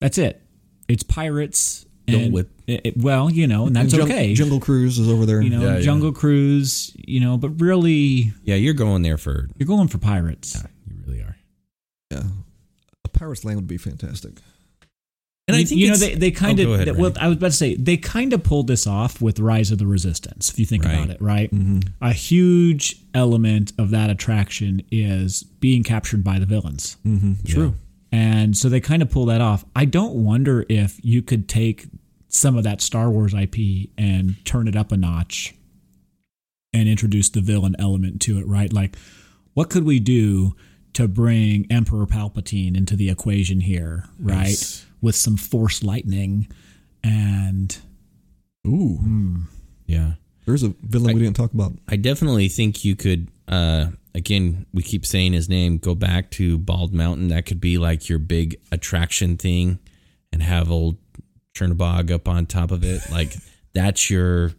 That's it. It's pirates. Don't and- whip. it- it- well, you know, and that's Jung- okay. Jungle Cruise is over there. you know, Yeah, yeah. Jungle Cruise. You know, but really, Yeah, You're going there for. you're going for pirates. Yeah, you really are. yeah. a Pirates Land would be fantastic. And I you, think you know it's- they, they Oh, kind of go ahead, well Randy. I was about to say they kind of pulled this off with Rise of the Resistance if you think about Right. Mm-hmm. it right a huge element of that attraction is being captured by the villains True. and so they kind of pull that off I don't wonder if you could take some of that Star Wars IP and turn it up a notch and introduce the villain element to it right like what could we do to bring Emperor Palpatine into the equation here right with some force lightning and Ooh, Yeah. there's a villain we didn't talk about. I definitely think you could. Uh, again, we keep saying his name. Go back to Bald Mountain. That could be like your big attraction thing, and have old Chernabog up on top of it. Like that's your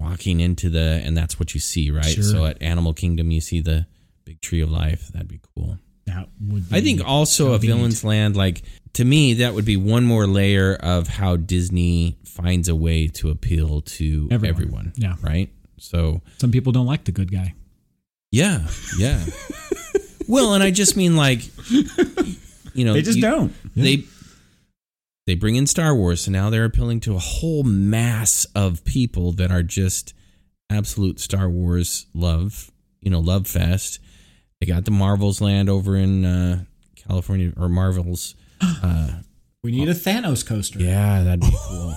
walking into the, and that's what you see, right? Sure. So at Animal Kingdom, you see the big tree of life. That'd be cool. that would be I think also a that'd be neat. villain's land, like to me, that would be one more layer of how Disney finds a way to appeal to Everyone. everyone. Yeah. Right. So some people don't like the good guy yeah, yeah. well, and I just mean like, you know, you- don't They they bring in Star Wars, and now they're appealing to a whole mass of people that are just absolute Star Wars love, you know, love fest. They got the Marvels land over in uh, California or Marvels. we need a Thanos coaster Yeah, that'd be cool.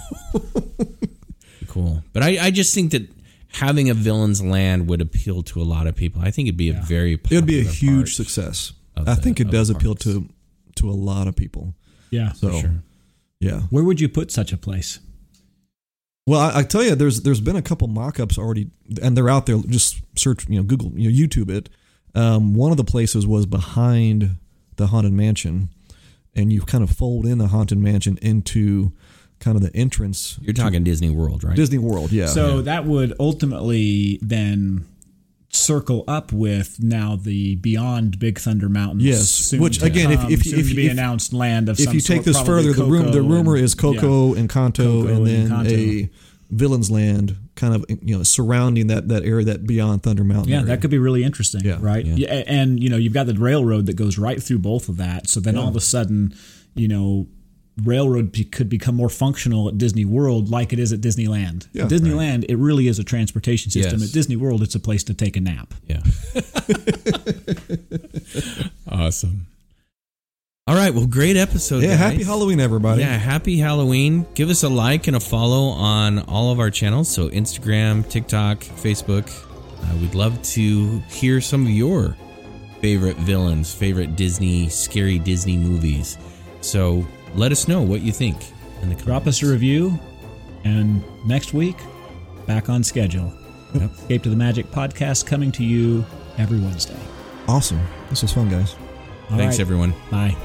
cool. But I, I just think that having a villain's land would appeal to a lot of people. I think it'd be a very It popular would be a part. huge success. of I the- think of it the does appeal parks. to to a lot of people. yeah So yeah. where would you put such a place Well, I, I tell you, there's there's been a couple mock-ups already, and they're out there. Just search, you know, Google, you know, YouTube it. Um, one of the places was behind the haunted mansion, and you kind of fold in the haunted mansion into kind of the entrance You're talking Disney World, right? Disney World. Yeah. so that would ultimately then circle up with now the beyond Big Thunder Mountains Yes, soon which, to again, if- come, if- soon if- to be if- announced land of if some you take sort, this probably further, the room the Coco rumor and- is Coco and Kanto, Coco and and then Kanto. a villain's land, kind of you know surrounding that that area, that beyond Thunder Mountain. Yeah, area. that could be really interesting, Yeah. right? Yeah. and you know, you've got the railroad that goes right through both of that. So then all of a sudden, you know, railroad be- could become more functional at Disney World, like it is at Disneyland. Yeah. at Disneyland, it really is a transportation system. Yes. At Disney World, it's a place to take a nap. Yeah. awesome. All right. Well, great episode. yeah. guys. Happy Halloween, everybody. Yeah, happy Halloween. Give us a like and a follow on all of our channels. So, Instagram, TikTok, Facebook. Uh, we'd love to hear some of your favorite villains, favorite Disney, scary Disney movies. So, let us know what you think in the comments. Drop us a review, and next week, back on schedule. Escape to the Magic podcast coming to you every Wednesday. Awesome. This was fun, guys. All Thanks, right. everyone. Bye.